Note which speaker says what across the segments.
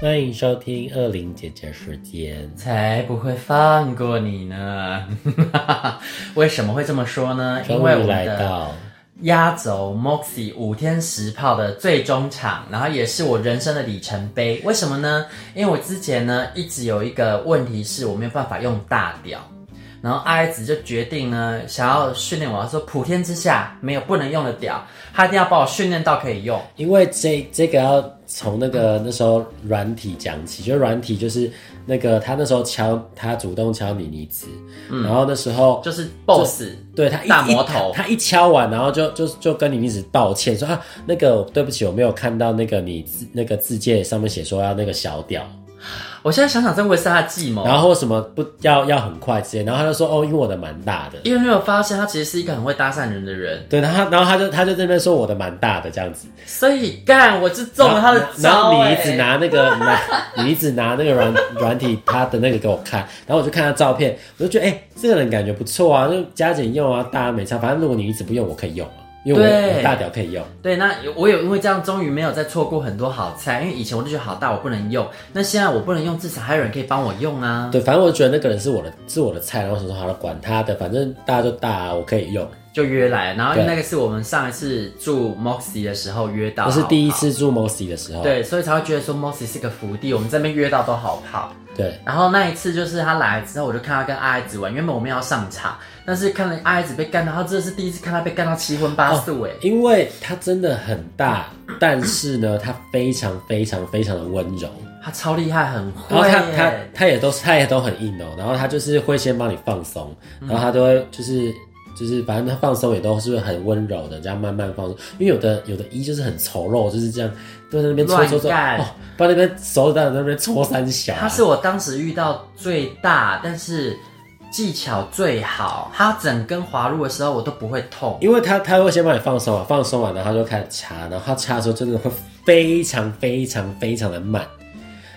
Speaker 1: 欢迎收听《恶灵姐姐时间》。
Speaker 2: 才不会放过你呢！ 为什么会这么说呢？因
Speaker 1: 终
Speaker 2: 为我
Speaker 1: 于
Speaker 2: 们
Speaker 1: 来
Speaker 2: 的
Speaker 1: 到，
Speaker 2: 压轴 Moxie 五天十炮的最终场，然后也是我人生的里程碑。为什么呢？因为我之前呢一直有一个问题是我没有办法用大屌，然后阿子就决定呢想要训练我，他说普天之下没有不能用的屌，他一定要把我训练到可以用。
Speaker 1: 因为这这个要从那个那时候软体讲起，就软体就是那个他那时候敲他主动敲你你子，然后那时候
Speaker 2: 嗯就是 boss，
Speaker 1: 对他一
Speaker 2: 大魔头
Speaker 1: 一他他一敲完，然后就就就跟你一直道歉说啊，那个对不起，我没有看到那个你字那个字界上面写说要那个小屌，
Speaker 2: 我现在想想，这会不会是他的计谋。
Speaker 1: 然后或什么不要要很快之类，然后他就说哦，因为我的蛮大的，
Speaker 2: 因为没有发现他其实是一个很会搭讪人的人，
Speaker 1: 对，然后他然后他就他就在那边说我的蛮大的这样子，
Speaker 2: 所以干，我是中了他的
Speaker 1: 然后
Speaker 2: 招、
Speaker 1: 然后
Speaker 2: 欸。
Speaker 1: 你一直拿那个拿，你一直拿那个软软体他的那个给我看，然后我就看他照片，我就觉得哎、这个人感觉不错啊，就加减用啊，大家没差，反正如果你一直不用，我可以用啊，因为我
Speaker 2: 对
Speaker 1: 我大屌可以用。啊
Speaker 2: 对，那我有因为这样，终于没有再错过很多好菜，因为以前我就觉得好大我不能用，那现在我不能用，至少还有人可以帮我用啊。
Speaker 1: 对，反正我觉得那个人是我的，是我的菜，然后我想说好了，管他的，反正大家就大、啊，我可以用。
Speaker 2: 就约来，然后因为那
Speaker 1: 对
Speaker 2: 个是我们上一次住 Moxie 的时候约到，
Speaker 1: 那是第一
Speaker 2: 好
Speaker 1: 次住 Mossy 的时候，
Speaker 2: 不好，对，所以才会觉得说 Moxie 是个福地，我们这边约到都好泡。
Speaker 1: 对，
Speaker 2: 然后那一次就是他来之后，我就看他跟阿爱子玩，原本我们要上场，但是看了阿爱子被干到，他真的是第一次看他被干到七荤八素哎、
Speaker 1: 因为他真的很大，但是呢，他非常非常非常的温柔。
Speaker 2: 他超厉害，很会
Speaker 1: 然后他
Speaker 2: 耶
Speaker 1: 他他也都是他也都很硬哦，然后他就是会先帮你放松，
Speaker 2: 嗯
Speaker 1: 然后他都会就是就是反正他放松也都是很温柔的，这样慢慢放松。因为有的有的一就是很丑陋，就是这样都在那边搓搓搓，
Speaker 2: 乱干
Speaker 1: 哦，把那边手在那边搓三小啊、
Speaker 2: 他是我当时遇到最大，但是技巧最好。他整根滑入的时候，我都不会痛。
Speaker 1: 因为他他会先帮你放松啊，放松完然后他就开始插，然后他插的时候真的会非常非常非常的慢，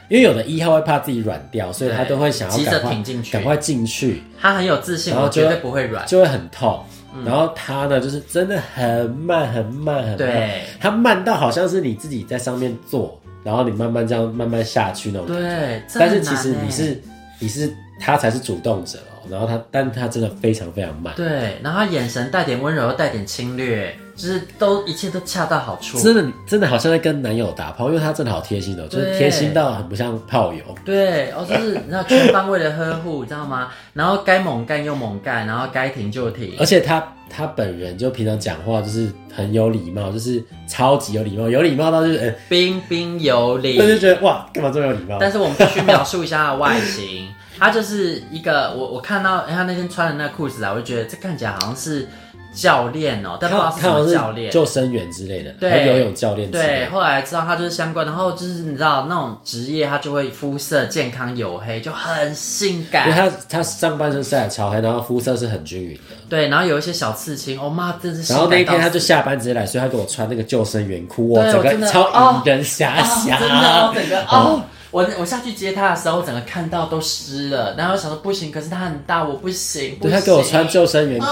Speaker 1: 因为有的一号会怕自己软掉，所以他
Speaker 2: 对
Speaker 1: 都会想要
Speaker 2: 急着
Speaker 1: 赶快
Speaker 2: 挺进去
Speaker 1: 赶快进去，
Speaker 2: 他很有自信，
Speaker 1: 然后
Speaker 2: 我
Speaker 1: 就
Speaker 2: 绝对不会软。
Speaker 1: 就会很痛。
Speaker 2: 嗯
Speaker 1: 然后他呢，就是真的很慢很慢很慢，
Speaker 2: 对
Speaker 1: 他慢到好像是你自己在上面坐，然后你慢慢这样慢慢下去那种感觉。
Speaker 2: 对，这
Speaker 1: 但是
Speaker 2: 很
Speaker 1: 其实
Speaker 2: 难
Speaker 1: 你
Speaker 2: 欸
Speaker 1: 是你是他才是主动者哦，然后他但他真的非常非常慢，
Speaker 2: 对，然后他眼神带点温柔，又带点侵略，就是都一切都恰到好处。
Speaker 1: 真的真的好像在跟男友打炮，因为他真的好贴心哦，就是
Speaker 2: 对
Speaker 1: 贴心到很不像炮友。
Speaker 2: 对，哦，就是你知道全方位的呵护，你知道吗？ 然后该猛干又猛干，然后该停就停
Speaker 1: 而。且他他本人就平常讲话就是很有礼貌，就是超级有礼貌，有礼貌到就是，呃
Speaker 2: 彬彬有礼，
Speaker 1: 但是觉得哇，干嘛这么有礼貌？
Speaker 2: 但是我们必须描述一下它的外形，它就是一个我我看到哎他那天穿的那个裤子啊，我就觉得这看起来好像是教练哦、但不知
Speaker 1: 他
Speaker 2: 道是
Speaker 1: 他
Speaker 2: 什
Speaker 1: 好
Speaker 2: 么教
Speaker 1: 像是
Speaker 2: 练。
Speaker 1: 救生员之类的，
Speaker 2: 对
Speaker 1: 还有游泳教练之类
Speaker 2: 对，
Speaker 1: 的。
Speaker 2: 后来知道他就是相关，然后就是你知道那种职业，他就会肤色健康黝黑，就很性
Speaker 1: 因为
Speaker 2: 感。
Speaker 1: 他他上半身晒得超黑，然后肤色是很均匀的。
Speaker 2: 对，然后有一些小刺青，哦妈，真是性
Speaker 1: 然后那一
Speaker 2: 感到
Speaker 1: 天
Speaker 2: 死。
Speaker 1: 他就下班直接来，所以他给我穿那个救生员裤，哇，
Speaker 2: 对
Speaker 1: 整
Speaker 2: 我
Speaker 1: 个
Speaker 2: 真的
Speaker 1: 超引人遐
Speaker 2: 啊
Speaker 1: 想。
Speaker 2: 真的， 我整个哦，我我下去接他的时候，我整个看到都湿了，然后想说不行，可是他很大，我不行。不
Speaker 1: 对他给我
Speaker 2: 行哦
Speaker 1: 穿救生员裤，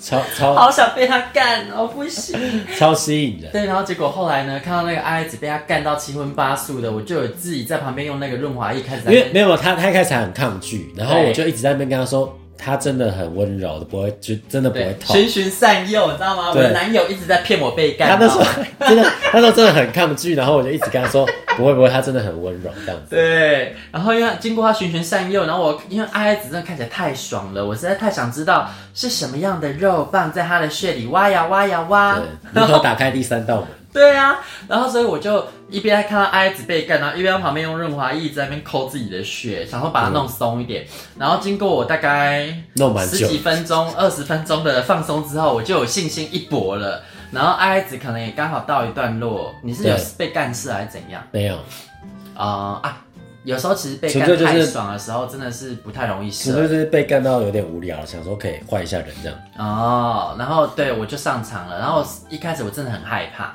Speaker 1: 超超
Speaker 2: 好想被他干哦，不行。
Speaker 1: 超 吸引人。
Speaker 2: 对，然后结果后来呢，看到那个阿子被他干到七荤八素的，我就有自己在旁边用那个润滑液开始在
Speaker 1: 因为没有他，他一开始还很抗拒，然后
Speaker 2: 对
Speaker 1: 我就一直在那边跟他说，他真的很温柔的，不会就真的不会
Speaker 2: 对，
Speaker 1: 痛。
Speaker 2: 循循善诱，你知道吗？我
Speaker 1: 对
Speaker 2: 的男友一直在骗我被
Speaker 1: 他
Speaker 2: 干
Speaker 1: 那
Speaker 2: 到
Speaker 1: 时。候 真的，他那时候真的很抗拒，然后我就一直跟他说不会不会，他真的很温柔这样子。
Speaker 2: 对，然后因为经过他循循善诱，然后我因为阿爱子真的看起来太爽了，我实在太想知道是什么样的肉棒在他的穴里挖呀挖呀挖。
Speaker 1: 对，然后打开第三道门，
Speaker 2: 对啊，然后所以我就一边看到阿姨子被干，然后一边在旁边用润滑液在那边抠自己的血，想说把它弄松一点。然后经过我大概
Speaker 1: 弄蛮
Speaker 2: 十
Speaker 1: 久
Speaker 2: 几分钟、二十分钟的放松之后，我就有信心一搏了。然后阿姨子可能也刚好到一段落，你是有
Speaker 1: 对
Speaker 2: 被干事还是怎样？
Speaker 1: 没有，
Speaker 2: 啊、啊！有时候其实被
Speaker 1: 纯粹
Speaker 2: 干
Speaker 1: 就是
Speaker 2: 太爽的时候，真的是不太容易
Speaker 1: 只不过
Speaker 2: 射
Speaker 1: 就是被干到有点无聊，想说可以换一下人这样。
Speaker 2: 哦。然后对我就上场了，然后一开始我真的很害怕，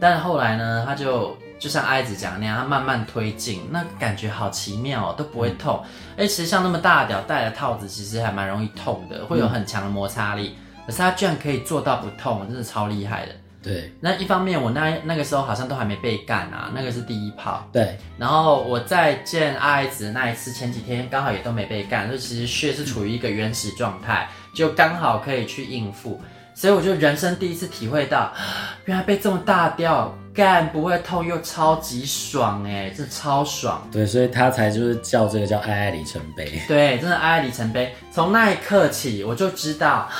Speaker 2: 但后来呢，他就就像艾子讲的那样，他慢慢推进，那感觉好奇妙哦，都不会痛。哎、其实像那么大的屌戴了套子，其实还蛮容易痛的，会有很强的摩擦力。可是他居然可以做到不痛，真的超厉害的。
Speaker 1: 对
Speaker 2: 那一方面，我那那个时候好像都还没被干啊，那个是第一炮。
Speaker 1: 对，
Speaker 2: 然后我在见阿爱子的那一次，前几天刚好也都没被干，就其实血是处于一个原始状态，就刚好可以去应付。所以我就人生第一次体会到， 原来被这么大掉干不会痛又超级爽哎、这超爽！
Speaker 1: 对，所以他才就是叫这个叫爱爱里程碑。
Speaker 2: 对，真的爱爱里程碑。从那一刻起，我就知道，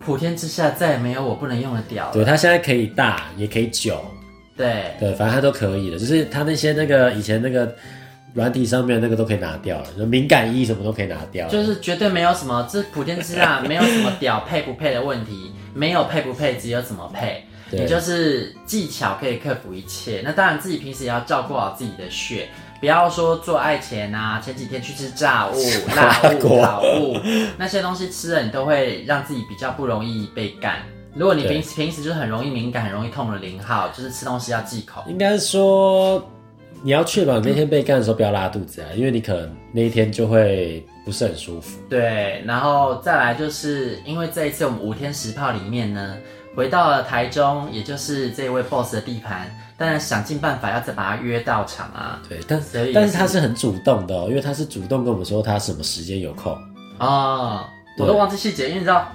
Speaker 2: 普天之下再也没有我不能用的屌了。
Speaker 1: 对他现在可以大，也可以久，
Speaker 2: 对
Speaker 1: 对，反正他都可以的。就是他那些那个以前那个软体上面那个都可以拿掉了，就敏感衣什么都可以拿掉了。
Speaker 2: 就是绝对没有什么，这普天之下没有什么屌配不配的问题，没有配不配，只有怎么配。
Speaker 1: 对
Speaker 2: 你就是技巧可以克服一切。那当然，自己平时也要照顾好自己的血，不要说做爱前啊，前几天去吃炸 物、辣物、
Speaker 1: 国
Speaker 2: 烤物那些东西吃了，你都会让自己比较不容易被干。如果你
Speaker 1: 对
Speaker 2: 平时平时就是很容易敏感、很容易痛的零号，就是吃东西要忌口。
Speaker 1: 应该说，你要确保你那天被干的时候不要拉肚子啊，因为你可能那一天就会不是很舒服。
Speaker 2: 对，然后再来就是因为这一次我们五天十炮里面呢，回到了台中，也就是这位 boss 的地盘，当然想尽办法要再把他约到场啊。
Speaker 1: 对，但
Speaker 2: 所以
Speaker 1: 但是他是很主动的哦，因为他是主动跟我们说他什么时间有空。
Speaker 2: 哦，我都
Speaker 1: 对
Speaker 2: 忘记细节，因为你知道，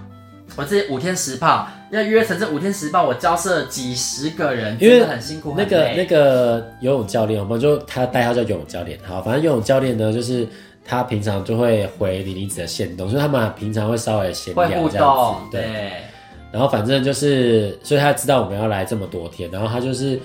Speaker 2: 我这五天十炮要约成这五天十炮，我交涉了几十个人，
Speaker 1: 因为
Speaker 2: 真的很辛苦，
Speaker 1: 那个
Speaker 2: 很
Speaker 1: 那
Speaker 2: 累。
Speaker 1: 个游泳教练，我们就他代号叫游泳教练。好，反正游泳教练呢，就是他平常就会回李离子的线动，所以他们平常会稍微闲
Speaker 2: 会
Speaker 1: 聊这样
Speaker 2: 互
Speaker 1: 子。
Speaker 2: 动，
Speaker 1: 对，
Speaker 2: 对，
Speaker 1: 然后反正就是，所以他知道我们要来这么多天，然后他就是，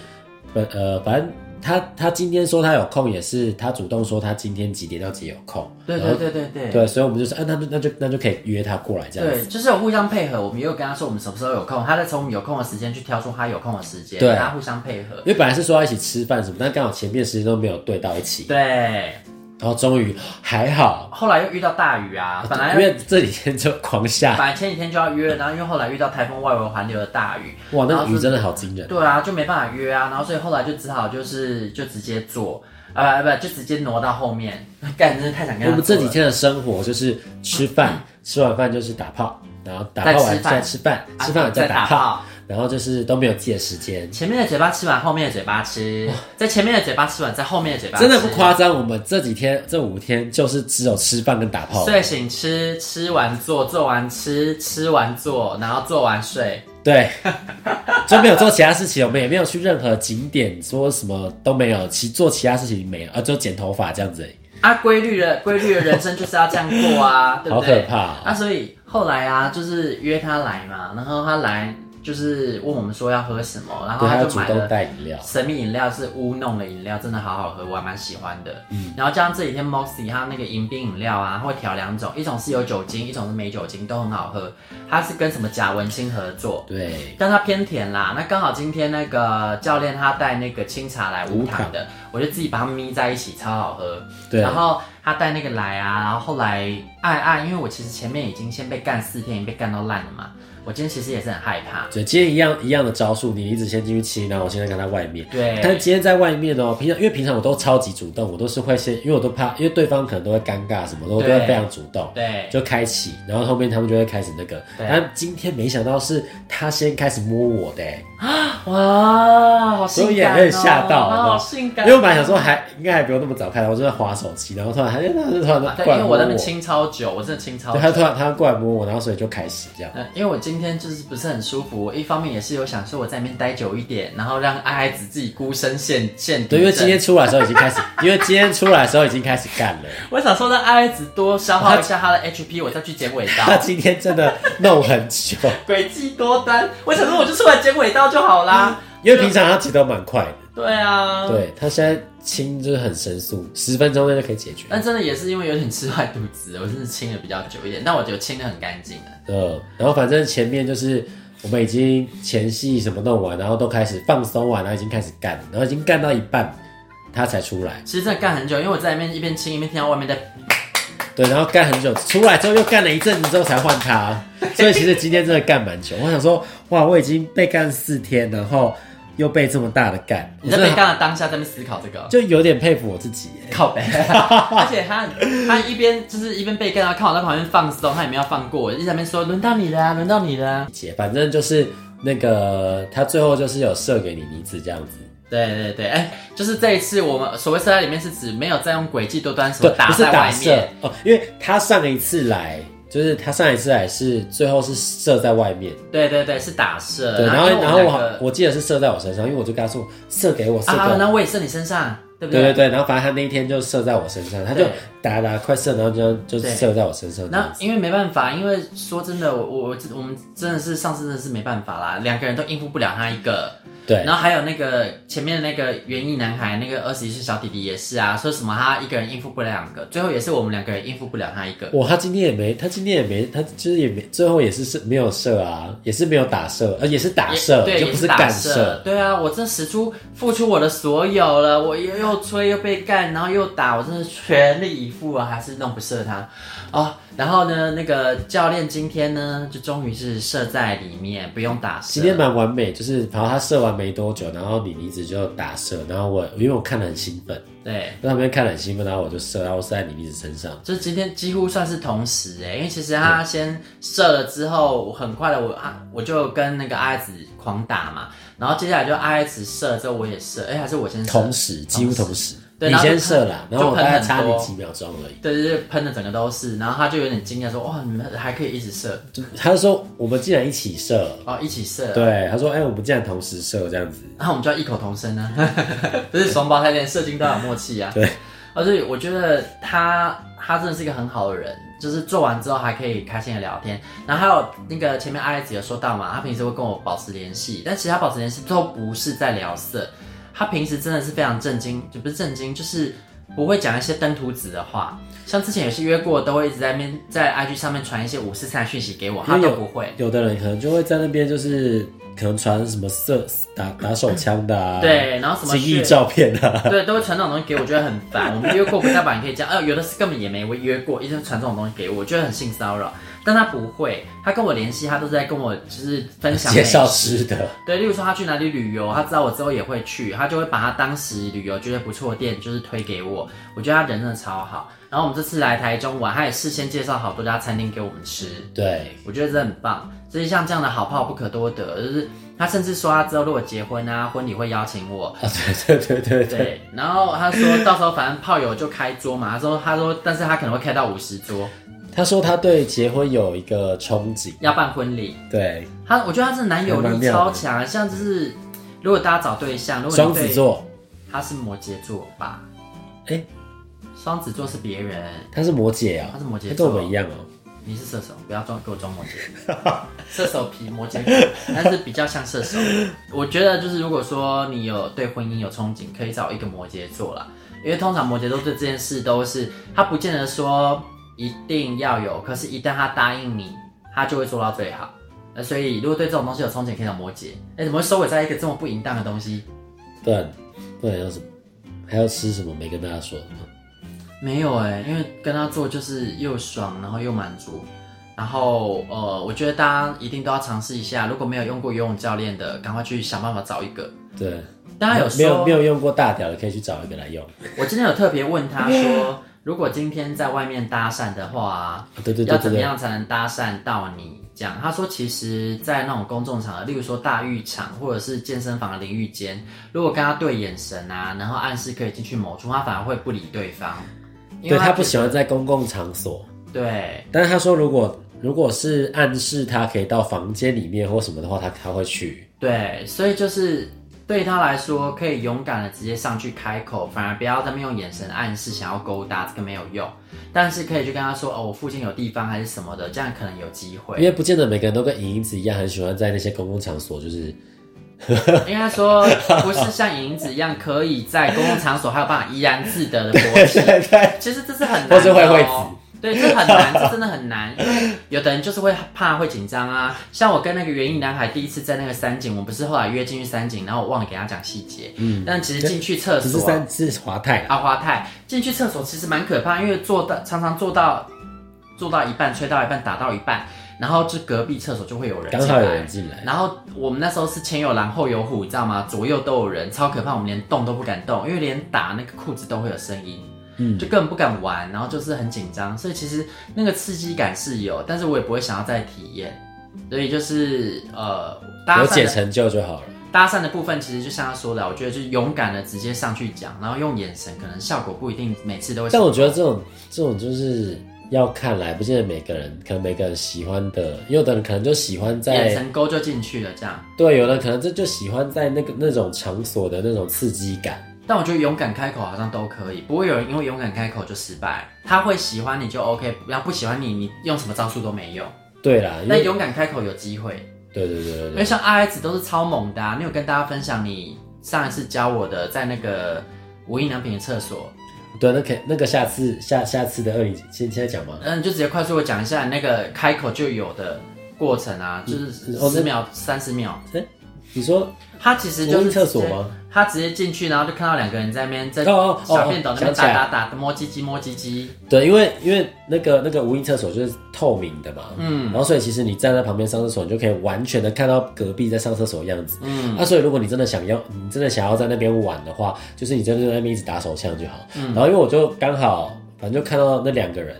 Speaker 1: 本呃，反正他他今天说他有空，也是他主动说他今天几点到几点有空，
Speaker 2: 对
Speaker 1: 然
Speaker 2: 对
Speaker 1: 后
Speaker 2: 对对对
Speaker 1: 对，所以我们就是，啊，那就那就那就可以约他过来这样
Speaker 2: 对，
Speaker 1: 子，
Speaker 2: 就是有互相配合，我们也有跟他说我们什么时候有空，他再从我们有空的时间去挑出他有空的时间，
Speaker 1: 对
Speaker 2: 大家互相配合。
Speaker 1: 因为本来是说要一起吃饭什么，但刚好前面时间都没有对到一起，
Speaker 2: 对，
Speaker 1: 然后终于还好，
Speaker 2: 后来又遇到大雨啊，本来
Speaker 1: 因为这几天就狂
Speaker 2: 本
Speaker 1: 下，
Speaker 2: 来前几天就要约，然后因为后来遇到台风外围环流的大雨，
Speaker 1: 哇，那
Speaker 2: 然
Speaker 1: 个
Speaker 2: 后是
Speaker 1: 雨真的好惊人，
Speaker 2: 对啊，就没办法约啊，然后所以后来就只好就是就直接做，啊、不不就直接挪到后面， 干真的太想跟他
Speaker 1: 我们
Speaker 2: 做
Speaker 1: 这
Speaker 2: 了
Speaker 1: 几天的生活就是吃饭，吃完饭就是打炮，然后打炮
Speaker 2: 再嗯
Speaker 1: 完
Speaker 2: 吃饭
Speaker 1: 再吃饭，
Speaker 2: 啊
Speaker 1: 吃饭完再
Speaker 2: 再
Speaker 1: 打
Speaker 2: 打
Speaker 1: 炮
Speaker 2: 炮，
Speaker 1: 然后就是都没有自己的时间。
Speaker 2: 前面的嘴巴吃完，后面的嘴巴吃，在前面的嘴巴吃完，在后面的嘴巴吃
Speaker 1: 真的不夸张，我们这几天这五天就是只有吃饭跟打炮，
Speaker 2: 睡醒吃，吃完做，做完吃，吃完做，然后做完睡，
Speaker 1: 对，就没有做其他事情，我们也没有去任何景点，说什么都没有，其做其他事情没有，啊，就剪头发这样子而已。
Speaker 2: 啊，规律的规律的人生就是要这样过 啊，对不对？
Speaker 1: 好可怕哦
Speaker 2: 啊！所以后来啊，就是约他来嘛，然后他来就是问我们说要喝什么，然后
Speaker 1: 对，他
Speaker 2: 他
Speaker 1: 要
Speaker 2: 就
Speaker 1: 主
Speaker 2: 买
Speaker 1: 动
Speaker 2: 了
Speaker 1: 带饮料，
Speaker 2: 神秘饮料，是乌弄的饮料，真的好好喝，我还蛮喜欢的。嗯，然后加上这几天 Moxie 它那个迎宾饮料啊，会调两种，一种是有酒精，一种是没酒精，都很好喝。它是跟什么贾文清合作，
Speaker 1: 对，
Speaker 2: 但它偏甜啦。那刚好今天那个教练他带那个清茶来无糖的，我就自己把它咪在一起，超好喝。
Speaker 1: 嗯对
Speaker 2: 然后他带那个来啊，然后后来爱爱，因为我其实前面已经先被干四天，已经被干到烂了嘛。我今天其实也是很害怕。
Speaker 1: 对，今天一样一样的招数，你一直先进去吃，然后我现在看在外面。
Speaker 2: 对，
Speaker 1: 但今天在外面哦，平常因为平常我都超级主动，我都是会先，因为我都怕，因为对方可能都会尴尬什么的，我都会
Speaker 2: 对
Speaker 1: 非常主动。
Speaker 2: 对
Speaker 1: 就开启，然后后面他们就会开始那个。
Speaker 2: 对
Speaker 1: 但今天没想到是他先开始摸我的、欸，
Speaker 2: 哇，好性感、哦！
Speaker 1: 所以也很吓到，
Speaker 2: 哇
Speaker 1: 好不
Speaker 2: 好
Speaker 1: 好
Speaker 2: 性感。
Speaker 1: 欸
Speaker 2: 哦
Speaker 1: 因为我本来想说还应该还不用那么早看到，我就在划手机，然后突然他就他就突然
Speaker 2: 对，
Speaker 1: 过
Speaker 2: 因为
Speaker 1: 来摸
Speaker 2: 我
Speaker 1: 我，
Speaker 2: 在那哦边
Speaker 1: 对，
Speaker 2: 清超久，我真的清超久。
Speaker 1: 他突然他过来摸我，然后所以就开始这样。
Speaker 2: 嗯，因为我今天就是不是很舒服，我一方面也是有想说我在那边待久一点，然后让爱爱子自己孤身现现
Speaker 1: 对，因为今天出来的时候已经开始，因为今天出来的时候已经开始干了。
Speaker 2: 我想说让爱爱子多消耗一下他的 HP，我再去剪尾
Speaker 1: 他
Speaker 2: 刀，
Speaker 1: 今天真的弄很久，
Speaker 2: 诡计多端。我想说我就出来剪尾刀就好啦。
Speaker 1: 因为平常他骑得蛮快的，
Speaker 2: 嗯对啊，。
Speaker 1: 对他现在清就是很神速，十分钟内就可以解决。
Speaker 2: 但真的也是因为有点吃坏肚子，我真的清的比较久一点，但我觉得清的很干净啊了。
Speaker 1: 嗯，然后反正前面就是我们已经前戏什么弄完，然后都开始放松完，然后已经开始干，然后已经干到一半，他才出来。
Speaker 2: 其实真的干很久，因为我在那边一边清一边听到外面在，
Speaker 1: 对，然后干很久，出来之后又干了一阵子之后才换他，所以其实今天真的干蛮久。我想说，哇，我已经被干四天，然后又被这么大的干，
Speaker 2: 你
Speaker 1: 我
Speaker 2: 在
Speaker 1: 真
Speaker 2: 被
Speaker 1: 的
Speaker 2: 干的当下在那边思考这个。
Speaker 1: 就有点佩服我自己哎耶。
Speaker 2: 靠 背，而且他他一边就是一边被干，然后看我在旁边放松，他也没有放过我，一直在那边说轮到你了、啊，轮到你了啊、
Speaker 1: 姐，反正就是那个他最后就是有射给你妮子这样子，
Speaker 2: 对对对，哎、就是这一次我们所谓射在里面是指没有再用诡计多端什
Speaker 1: 对
Speaker 2: 么，打
Speaker 1: 不是
Speaker 2: 在
Speaker 1: 打
Speaker 2: 外
Speaker 1: 射
Speaker 2: 面，
Speaker 1: 哦，因为他上一次来。就是他上一次来是最后是射在外面，
Speaker 2: 对对对，是打射。
Speaker 1: 对，然后然后
Speaker 2: 因为
Speaker 1: 我
Speaker 2: 们
Speaker 1: 好
Speaker 2: 两个
Speaker 1: 我记得是射在我身上，因为我就跟他说射给我射给
Speaker 2: 啊，
Speaker 1: 我，
Speaker 2: 然后我也射你身上，对不
Speaker 1: 对
Speaker 2: 对
Speaker 1: 对对，然后反正他那一天就射在我身上，他就
Speaker 2: 对
Speaker 1: 打打快射，然后就就
Speaker 2: 对
Speaker 1: 射在我身上这
Speaker 2: 那
Speaker 1: 样子。
Speaker 2: 因为没办法，因为说真的，我我我我们真的是上次真的是没办法啦，两个人都应付不了他一个。
Speaker 1: 对
Speaker 2: 然后还有那个前面那个园艺男孩，那个二十一岁小弟弟也是啊，说什么他一个人应付不了两个，最后也是我们两个人应付不了他一个。
Speaker 1: 哇，他今天也没，他今天也没，他就是也没，最后也是射没有射啊，也是没有打射，呃而也是打
Speaker 2: 也
Speaker 1: 射，
Speaker 2: 对，
Speaker 1: 就
Speaker 2: 也
Speaker 1: 不是
Speaker 2: 打
Speaker 1: 干
Speaker 2: 射，。对啊，我真的使出付出我的所有了，我又又吹又被干，然后又打，我真的全力以赴啊，还是弄不射他哦。然后呢，那个教练今天呢，就终于是射在里面，不用打射。
Speaker 1: 今天蛮完美，就是然后他射完没多久，然后李妮子就打射，然后我因为我看得很兴奋，
Speaker 2: 对，
Speaker 1: 在旁边看得很兴奋，然后我就射，然后射在李妮子身上。
Speaker 2: 就是今天几乎算是同时哎、因为其实他先射了之后，很快的我啊我就跟那个阿爱子狂打嘛，然后接下来就阿爱子射了之后我也射，哎、还是我先射，
Speaker 1: 同时，几乎同时，
Speaker 2: 对
Speaker 1: 你
Speaker 2: 然后就
Speaker 1: 先射啦，
Speaker 2: 就
Speaker 1: 然后我大
Speaker 2: 喷
Speaker 1: 概
Speaker 2: 很
Speaker 1: 差
Speaker 2: 多
Speaker 1: 你几秒钟而已。
Speaker 2: 对对对，喷的整个都是，然后他就有点惊讶说哇你们还可以一直射
Speaker 1: 就他就说我们竟然一起射，
Speaker 2: 哦一起射，，
Speaker 1: 对，他说：“哎、我们竟然同时射这样子。
Speaker 2: 然后我们就要异口同声呢、 啊，就是双胞胎恋射精都有默契啊，
Speaker 1: 对，
Speaker 2: 而且我觉得他他真的是一个很好的人，就是做完之后还可以开心的聊天。然后还有那个前面阿爱子有说到嘛，他平时会跟我保持联系，但其实他保持联系都不是在聊色，他平时真的是非常震惊，就不是震惊，就是不会讲一些登徒子的话。像之前有些约过，都会一直在面在 IG 上面传一些五四三讯息给我，他
Speaker 1: 因为
Speaker 2: 都
Speaker 1: 有
Speaker 2: 不会。
Speaker 1: 有的人可能就会在那边就是可能传什么射打打手枪的、啊，
Speaker 2: 对，然后什么
Speaker 1: 精益
Speaker 2: 血
Speaker 1: 照片啊，
Speaker 2: 对，都会传这种东西给我，我觉得很烦。我们约过不代表你可以这样，呃，有的是根本也没约过，一直传这种东西给我，我觉得很性骚扰。但他不会，他跟我联系，他都在跟我就是分享
Speaker 1: 介绍
Speaker 2: 美食
Speaker 1: 吃的，
Speaker 2: 对，例如说他去哪里旅游，他知道我之后也会去，他就会把他当时旅游觉得不错的店就是推给我。我觉得他人真的超好。然后我们这次来台中玩，他也事先介绍好多家餐厅给我们吃。
Speaker 1: 对，
Speaker 2: 我觉得这很棒。所以像这样的好炮不可多得，就是他甚至说他之后如果结婚啊，婚礼会邀请我，
Speaker 1: 啊，对对对对对，
Speaker 2: 对，然后他说到时候反正炮友就开桌嘛，他说他说，但是他可能会开到五十桌，
Speaker 1: 他说他对结婚有一个憧憬，
Speaker 2: 要办婚礼。
Speaker 1: 对，
Speaker 2: 他我觉得他是男友
Speaker 1: 还蛮
Speaker 2: 力
Speaker 1: 妙的
Speaker 2: 超强，像就是如果大家找对象，如果你
Speaker 1: 双
Speaker 2: 对
Speaker 1: 子，座，
Speaker 2: 他是摩羯座吧？
Speaker 1: 哎
Speaker 2: 双子座是别人，
Speaker 1: 他是摩羯啊，
Speaker 2: 他是摩羯
Speaker 1: 他
Speaker 2: 座
Speaker 1: 跟我们一样哦、
Speaker 2: 你是射手，不要装给我装摩羯，射手皮摩羯皮，但是比较像射手。我觉得就是如果说你有对婚姻有憧憬，可以找一个摩羯座啦，因为通常摩羯座对这件事都是他不见得说一定要有，可是一旦他答应你，他就会做到最好。呃，所以如果对这种东西有憧憬，可以找摩羯。哎、怎么会收尾在一个这么不淫荡的东西？
Speaker 1: 对，不然要什么？还要吃什么？没跟大家说什么？
Speaker 2: 没有哎、因为跟他做就是又爽，然后又满足，然后呃，我觉得大家一定都要尝试一下。如果没有用过游泳教练的，赶快去想办法找一个。
Speaker 1: 对，
Speaker 2: 大家有说
Speaker 1: 没有没有用过大屌的，可以去找一个来用。啊
Speaker 2: 我今天有特别问他说，如果今天在外面搭讪的话，
Speaker 1: 对对对
Speaker 2: 要怎
Speaker 1: 对
Speaker 2: 么
Speaker 1: 对，
Speaker 2: 样才能搭讪到你？这样，他说，其实，在那种公众场合，例如说大浴场或者是健身房的淋浴间，如果跟他对眼神啊，然后暗示可以进去某处，他反而会不理对方，因为
Speaker 1: 对他不
Speaker 2: 觉
Speaker 1: 喜欢在公共场所，
Speaker 2: 对
Speaker 1: 但是他说如果如果是暗示他可以到房间里面或什么的话，他他会去。
Speaker 2: 对，所以就是对他来说，可以勇敢的直接上去开口，反而不要在那边用眼神暗示想要勾搭，这个没有用。但是可以去跟他说，哦，我附近有地方还是什么的，这样可能有机会
Speaker 1: 因。 为不见得每个人都跟莹莹子一样，很喜欢在那些公共场所，就是
Speaker 2: 应该说不是像银子一样可以在公共场所还有办法怡然自得的勃起，其实这是很难、的
Speaker 1: 或是会会
Speaker 2: 哦对，这很难，这真的很难，因为有的人就是会怕、会紧张啊。像我跟那个园艺男孩第一次在那个三井，我们不是后来约进去三井，然后我忘了给他讲细节。嗯，但其实进去厕
Speaker 1: 只是
Speaker 2: 所啊，
Speaker 1: 三是华泰啊，
Speaker 2: 阿花太进去厕所其实蛮可怕，因为坐到常常坐到坐到一半，吹到一半，打到一半，然后就隔壁厕所就会有人
Speaker 1: 刚
Speaker 2: 进
Speaker 1: 好有人
Speaker 2: 来。
Speaker 1: 进来，
Speaker 2: 然后我们那时候是前有狼后有虎，你知道吗？左右都有人，超可怕。我们连动都不敢动，因为连打那个裤子都会有声音，
Speaker 1: 嗯
Speaker 2: 就根本不敢玩，然后就是很紧张。所以其实那个刺激感是有，但是我也不会想要再体验。所以就是呃，搭
Speaker 1: 有
Speaker 2: 讪
Speaker 1: 解
Speaker 2: 的
Speaker 1: 成就就好了。
Speaker 2: 搭讪的部分，其实就像他说的，我觉得就是勇敢的直接上去讲，然后用眼神，可能效果不一定每次都会成
Speaker 1: 但
Speaker 2: 功。
Speaker 1: 我觉得这种这种就是要看来，不见得每个人，可能每个人喜欢的，有的人可能就喜欢
Speaker 2: 眼
Speaker 1: 在
Speaker 2: 神勾就进去了这样。
Speaker 1: 对，有的人可能这就喜欢在那个那种场所的那种刺激感。
Speaker 2: 但我觉得勇敢开口好像都可以，不会有人因为勇敢开口就失败。他会喜欢你就 OK，要不喜欢你，你用什么招数都没用。
Speaker 1: 对啦，因
Speaker 2: 但
Speaker 1: 为
Speaker 2: 勇敢开口有机会，
Speaker 1: 对对对对
Speaker 2: 因为
Speaker 1: 对，
Speaker 2: 像阿 S 都是超猛的、啊。你有跟大家分享你上一次教我的在那个无印良品的厕所，
Speaker 1: 对那可那个下次下下次的二零现现在讲吗？
Speaker 2: 嗯，你就直接快速的讲一下那个开口就有的过程啊，就是
Speaker 1: 嗯哦
Speaker 2: 十
Speaker 1: 那
Speaker 2: 秒、三十秒。
Speaker 1: 你说
Speaker 2: 他其实就
Speaker 1: 无
Speaker 2: 是
Speaker 1: 印厕所
Speaker 2: 直接
Speaker 1: 吗？
Speaker 2: 他直接进去，然后就看到两个人在那边在
Speaker 1: 哦哦哦
Speaker 2: 小便斗那边
Speaker 1: 想起来
Speaker 2: 打打打，摸鸡鸡摸鸡鸡。
Speaker 1: 对，因为因为那个那个无印厕所就是透明的嘛，
Speaker 2: 嗯
Speaker 1: 嗯，然后所以其实你站在旁边上厕所，你就可以完全的看到隔壁在上厕所的样子。
Speaker 2: 嗯，
Speaker 1: 那、所以如果你真的想要，你真的想要在那边玩的话，就是你真的在那边一直打手枪就好。然后因为我就刚好，反正就看到那两个人，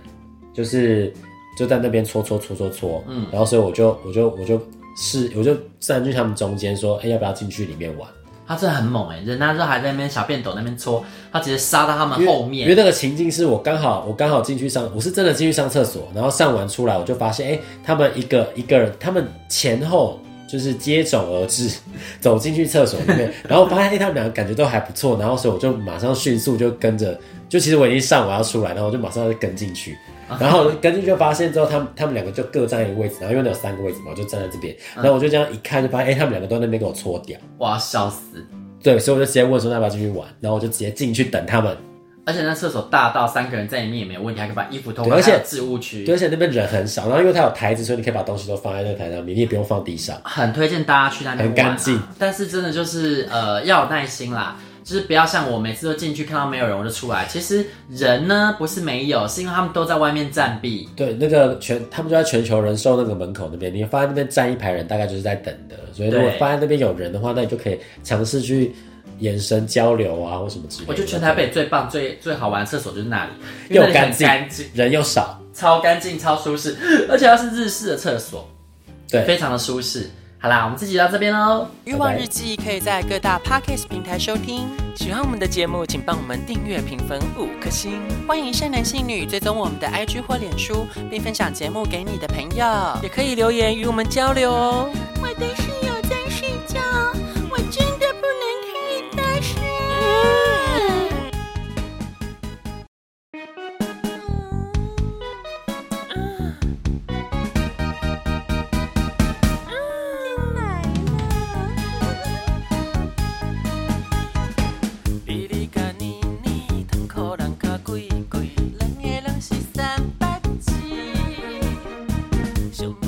Speaker 1: 就是就在那边搓搓搓搓搓，嗯，然后所以我就我就我就试，我就站去他们中间说，哎、要不要进去里面玩？
Speaker 2: 他真的很猛哎、人家都还在那边小便斗那边搓，他直接杀到他们
Speaker 1: 因为
Speaker 2: 后
Speaker 1: 因为
Speaker 2: 面。
Speaker 1: 那个情境是我刚好我刚好进去上，我是真的进去上厕所，然后上完出来我就发现，哎、他们一个一个人，他们前后就是接踵而至， 走进去厕所里 面，然后我发现，哎、他们两个感觉都还不错，然后所以我就马上迅速就跟着，就其实我已经上我要出来，然后我就马上就跟进去。
Speaker 2: 啊
Speaker 1: 然后跟进去就发现之后，他们他们两个就各占一个位置，然后因为那有三个位置嘛，我就站在这边，
Speaker 2: 啊
Speaker 1: 然后我就这样一看就发现，哎、他们两个都在那边给我搓掉，
Speaker 2: 我要笑死！
Speaker 1: 对，所以我就直接问说要不要进去玩，然后我就直接进去等他们，
Speaker 2: 而且那厕所大到三个人在里面也没问题，还可以把衣服脱光，
Speaker 1: 对而且
Speaker 2: 还有置物区
Speaker 1: 对，。而且那边人很少，然后因为它有台子，所以你可以把东西都放在那个台上面，你也不用放地上。
Speaker 2: 很推荐大家去那边、啊、
Speaker 1: 很干净，
Speaker 2: 但是真的就是呃要有耐心啦，就是不要像我每次都进去看到没有人我就出来。其实人呢不是没有，是因为他们都在外面占地。
Speaker 1: 对，那个全他们就在全球人寿那个门口那边，你会发现那边站一排人，大概就是在等的。所以如果
Speaker 2: 对
Speaker 1: 发现那边有人的话，那你就可以尝试去眼神交流啊，或什么之类的。
Speaker 2: 我觉得全台北最棒、最最好玩的厕所就是那里，因
Speaker 1: 又
Speaker 2: 为那里
Speaker 1: 干
Speaker 2: 很
Speaker 1: 净
Speaker 2: 干净，
Speaker 1: 人又少，
Speaker 2: 超干净、超舒适，而且它是日式的厕所，非
Speaker 1: 对，
Speaker 2: 常的舒适。好啦，我们自己到这边喽。
Speaker 3: 欲望日记可以在各大 podcast 平台收听。喜欢我们的节目，请帮我们订阅、评分五颗星。欢迎善男信女追踪我们的 IG 或脸书，并分享节目给你的朋友，也可以留言与我们交流哦。
Speaker 4: 我的室友在睡觉，我真的不能开大声。进来了。
Speaker 3: 比你甲年年，糖苦人较贵贵，咱的人是三八子，想要